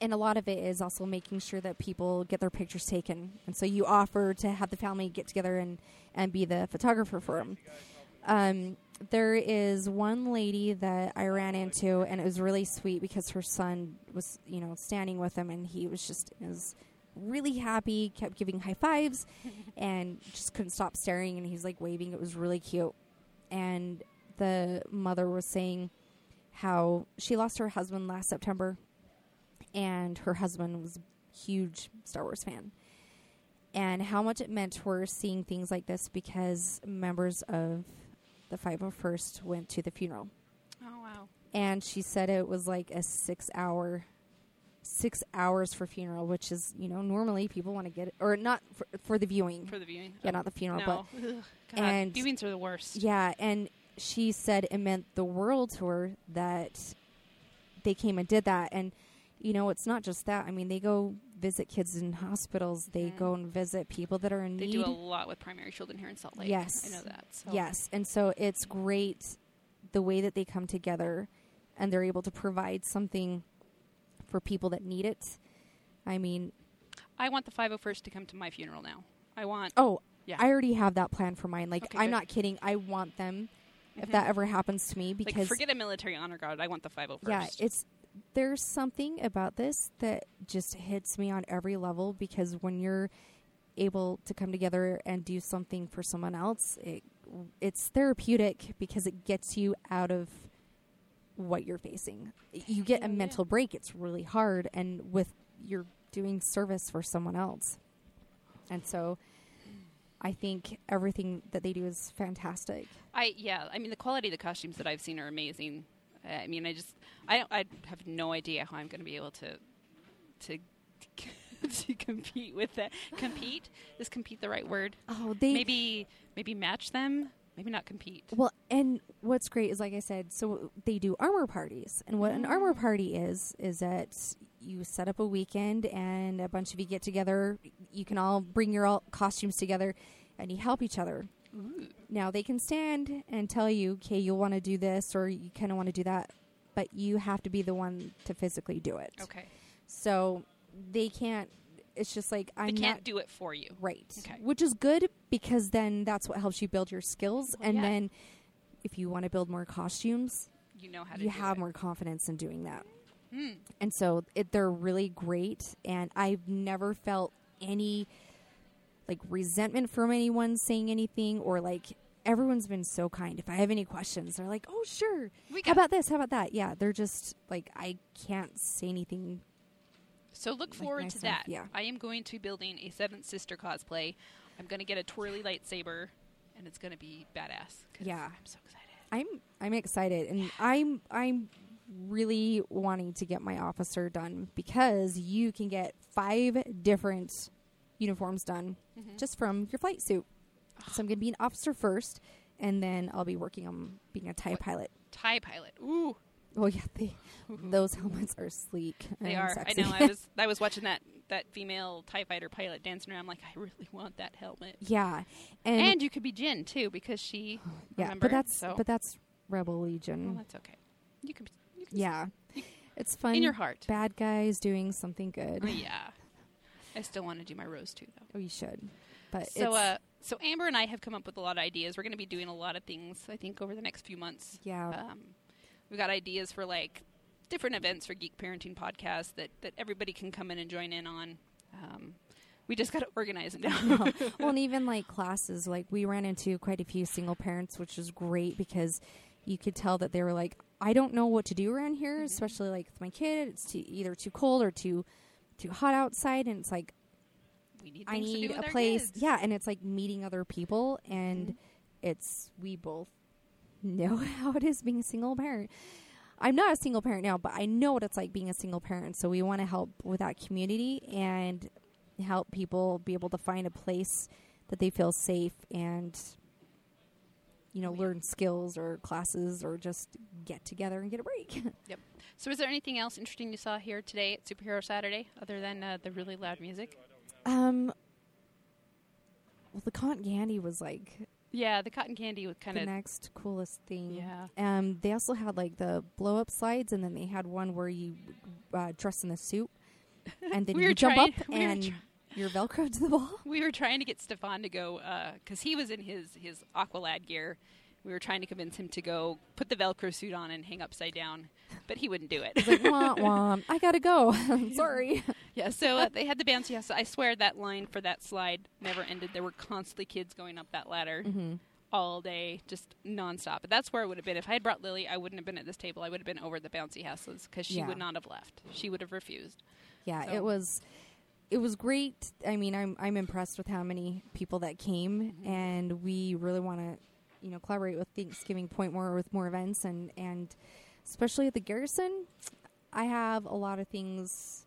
Speaker 5: and a lot of it is also making sure that people get their pictures taken. And so you offer to have the family get together and, and be the photographer for them. Um, there is one lady that I ran into, and it was really sweet because her son was, you know, standing with him, and he was just was really happy, kept giving high fives, and just couldn't stop staring. And he was like waving. It was really cute. And the mother was saying how she lost her husband last September and her husband was a huge Star Wars fan. And how much it meant to her seeing things like this because members of the 501st went to the funeral.
Speaker 4: oh wow,
Speaker 5: And she said it was like a six hour, six hours for funeral, which is, you know, normally people want to get it, or not for, for the viewing.
Speaker 4: for the viewing,
Speaker 5: yeah, not the funeral, but
Speaker 4: no, Ugh, God,
Speaker 5: and-
Speaker 4: viewings are the worst.
Speaker 5: yeah, and she said it meant the world to her that they came and did that. And you know, it's not just that. I mean, they go visit kids in hospitals. They go and visit people that are in
Speaker 4: They
Speaker 5: need.
Speaker 4: do a lot with primary children here in Salt Lake.
Speaker 5: Yes.
Speaker 4: I know that. So.
Speaker 5: Yes, and so it's great the way that they come together, and they're able to provide something for people that need it. I mean,
Speaker 4: I want the 501st to come to my funeral now. I want.
Speaker 5: oh,
Speaker 4: Yeah.
Speaker 5: I already have that plan for mine. Like,
Speaker 4: Okay,
Speaker 5: I'm
Speaker 4: good. Mm-hmm.
Speaker 5: not kidding. I want them if that ever happens to me
Speaker 4: Like,
Speaker 5: because
Speaker 4: forget a military honor guard. I want the 501st.
Speaker 5: yeah, it's there's something about this that just hits me on every level because when you're able to come together and do something for someone else, it it's therapeutic because it gets you out of what you're facing. You get a mental break. It's really hard and with you're doing service for someone else. And so I think everything that they do is fantastic.
Speaker 4: I yeah. I mean, the quality of the costumes that I've seen are amazing. I mean, I just I don't, I have no idea how I'm going to be able to to to compete with that. Compete is compete the right word?
Speaker 5: Oh, they
Speaker 4: maybe maybe match them. Maybe not compete.
Speaker 5: Well, and what's great is like I said, so they do armor parties. And what an
Speaker 4: Mm.
Speaker 5: armor party is is that you set up a weekend and a bunch of you get together. You can all bring your all costumes together and you help each other. Now they can stand and tell you, "Okay, you'll want to do this or you kind of want to do that." But you have to be the one to physically do it.
Speaker 4: Okay,
Speaker 5: So they can't it's just like I'm
Speaker 4: they
Speaker 5: not
Speaker 4: can't do it for you.
Speaker 5: Right.
Speaker 4: Okay.
Speaker 5: Which is good because then that's what helps you build your skills. and
Speaker 4: yeah.
Speaker 5: then if you want to build more costumes,
Speaker 4: You know how to.
Speaker 5: you
Speaker 4: do Hmm.
Speaker 5: have
Speaker 4: it.
Speaker 5: more confidence in doing that. And so it, they're really great. And I've never felt any like resentment from anyone saying anything or like everyone's been so kind. If I have any questions, they're like, oh, sure.
Speaker 4: We
Speaker 5: How
Speaker 4: got-
Speaker 5: about this? How about that? Yeah. They're just like, I can't say anything.
Speaker 4: So look forward to
Speaker 5: myself,
Speaker 4: that.
Speaker 5: yeah.
Speaker 4: I am going to building a Seventh Sister cosplay. I'm going to get a twirly lightsaber, and it's going to be badass. 'cause
Speaker 5: Yeah.
Speaker 4: I'm so excited.
Speaker 5: I'm I'm excited and I'm I'm really wanting to get my officer done because you can get five different uniforms done
Speaker 4: Mm-hmm.
Speaker 5: just from your flight suit. So I'm going to be an officer first and then I'll be working on being a tie pilot.
Speaker 4: Tie pilot. Ooh,
Speaker 5: Oh yeah, they, those helmets are sleek.
Speaker 4: they
Speaker 5: and
Speaker 4: are.
Speaker 5: Sexy.
Speaker 4: I know. I was I was watching that that female Tie fighter pilot dancing around. I'm like, I really want that helmet.
Speaker 5: yeah. And,
Speaker 4: And you could be Jin too, because she.
Speaker 5: yeah,
Speaker 4: remember,
Speaker 5: but that's
Speaker 4: so.
Speaker 5: but that's Rebel Legion.
Speaker 4: well, that's okay. You can. You can
Speaker 5: yeah. It's fun.
Speaker 4: your heart.
Speaker 5: Bad guys doing something good.
Speaker 4: Oh, yeah. I still want to do my rose too, though.
Speaker 5: Oh, you should. But
Speaker 4: So,
Speaker 5: it's,
Speaker 4: uh, so Amber and I have come up with a lot of ideas. We're going to be doing a lot of things, I think, over the next few months.
Speaker 5: Yeah.
Speaker 4: Um, we've got ideas for like different events for Geek Parenting Podcast that, that everybody can come in and join in on. Um, we just got to organize them now.
Speaker 5: well, and even like classes, like we ran into quite a few single parents, which was great because you could tell that they were like, I don't know what to do around here, especially like with my kid. It's too, either too cold or too too hot outside, and it's like
Speaker 4: we need things
Speaker 5: I
Speaker 4: to
Speaker 5: need
Speaker 4: do with
Speaker 5: a
Speaker 4: our
Speaker 5: place.
Speaker 4: kids. Mm-hmm.
Speaker 5: Yeah, and it's like meeting other people, and it's we both know how it is being a single parent. I'm not a single parent now, but I know what it's like being a single parent. So we want to help with that community and help people be able to find a place that they feel safe and you
Speaker 4: Oh,
Speaker 5: know learn skills or classes or just get together and get a break.
Speaker 4: Yep. So, is there anything else interesting you saw here today at Superhero Saturday other than uh, the really loud music?
Speaker 5: um well the cotton candy was like
Speaker 4: Yeah, the cotton candy was kind
Speaker 5: the
Speaker 4: of
Speaker 5: next coolest thing.
Speaker 4: Yeah.
Speaker 5: Um, they also had like the blow up slides, and then they had one where you uh, dress in a suit, and then
Speaker 4: We were
Speaker 5: you jump
Speaker 4: trying-
Speaker 5: up
Speaker 4: we were
Speaker 5: and
Speaker 4: try-
Speaker 5: you're velcroed to the wall.
Speaker 4: we were trying to get Stefan to go because he was in his his Aqualad gear. We were trying to convince him to go put the Velcro suit on and hang upside down, but he wouldn't do it.
Speaker 5: Like, wah, wah, I gotta go. I'm sorry.
Speaker 4: yeah, so uh, they had the bouncy house. I swear that line for that slide never ended. There were constantly kids going up that ladder
Speaker 5: Mm-hmm.
Speaker 4: all day, just nonstop. But that's where I would have been if I had brought Lily. I wouldn't have been at this table. I would have been over the bouncy houses because she
Speaker 5: Yeah.
Speaker 4: would not have left. She would have refused.
Speaker 5: Yeah,
Speaker 4: So-
Speaker 5: it was it was great. I mean, I'm I'm impressed with how many people that came,
Speaker 4: Mm-hmm.
Speaker 5: and we really want to you know collaborate with Thanksgiving Point more with more events, and and especially at the Garrison, I have a lot of things.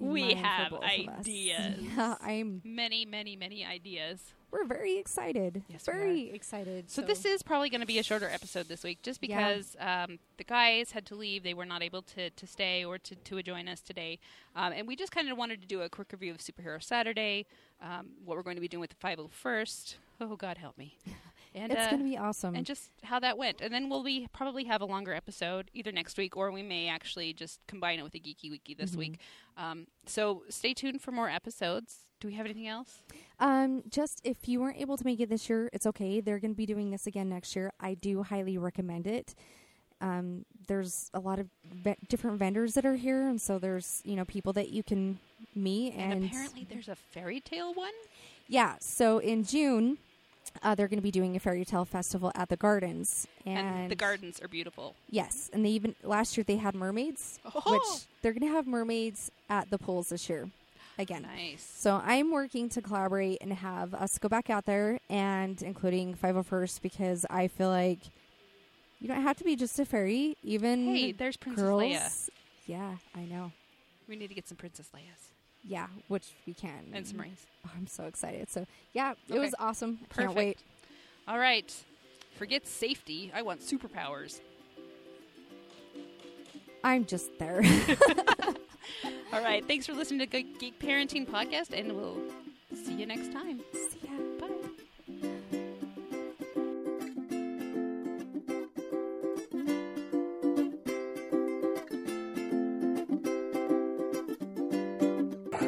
Speaker 5: in
Speaker 4: We
Speaker 5: mind for
Speaker 4: have
Speaker 5: both of us.
Speaker 4: ideas.
Speaker 5: Yeah, I'm.
Speaker 4: Many, many, many ideas.
Speaker 5: We're very excited.
Speaker 4: Yes, we are.
Speaker 5: very excited.
Speaker 4: So, this is probably going to be a shorter episode this week, just
Speaker 5: Yeah.
Speaker 4: because um, the guys had to leave; they were not able to, to stay or to, to join us today, um, and we just kind of wanted to do a quick review of Superhero Saturday, um, what we're going to be doing with the 501st. Oh God, help me! And,
Speaker 5: it's
Speaker 4: uh,
Speaker 5: going to be awesome.
Speaker 4: and just how that went. And then we'll be probably have a longer episode either next week or we may actually just combine it with a geeky wiki
Speaker 5: Mm-hmm.
Speaker 4: this week. Um, so stay tuned for more episodes. Do we have anything else?
Speaker 5: Um, just if you weren't able to make it this year, it's okay. They're going to be doing this again next year. I do highly recommend it. Um, there's a lot of ve- different vendors that are here, and so there's you know people that you can meet. And,
Speaker 4: And apparently there's a fairy tale one.
Speaker 5: yeah, so in June, uh, they're going to be doing a fairy tale festival at the gardens, and,
Speaker 4: And, the gardens are beautiful.
Speaker 5: Yes, and they even last year they had mermaids,
Speaker 4: Oh.
Speaker 5: which they're going to have mermaids at the pools this year again.
Speaker 4: Nice.
Speaker 5: So I'm working to collaborate and have us go back out there and including 501st because I feel like you don't have to be just a fairy. Even
Speaker 4: Hey, there's Princess
Speaker 5: girls,
Speaker 4: Leia.
Speaker 5: Yeah, I know.
Speaker 4: We need to get some Princess Leia's
Speaker 5: Yeah, which we can.
Speaker 4: and some rings.
Speaker 5: Oh, I'm so excited. So yeah, it
Speaker 4: Okay.
Speaker 5: was awesome. I
Speaker 4: Perfect.
Speaker 5: Can't wait.
Speaker 4: All right. Forget safety. I want superpowers.
Speaker 5: I'm just there.
Speaker 4: All right. Thanks for listening to Good Geek Parenting Podcast, and we'll see you next time.
Speaker 5: See ya.
Speaker 4: Bye.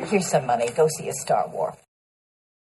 Speaker 6: Here's some money. Go see a Star Wars.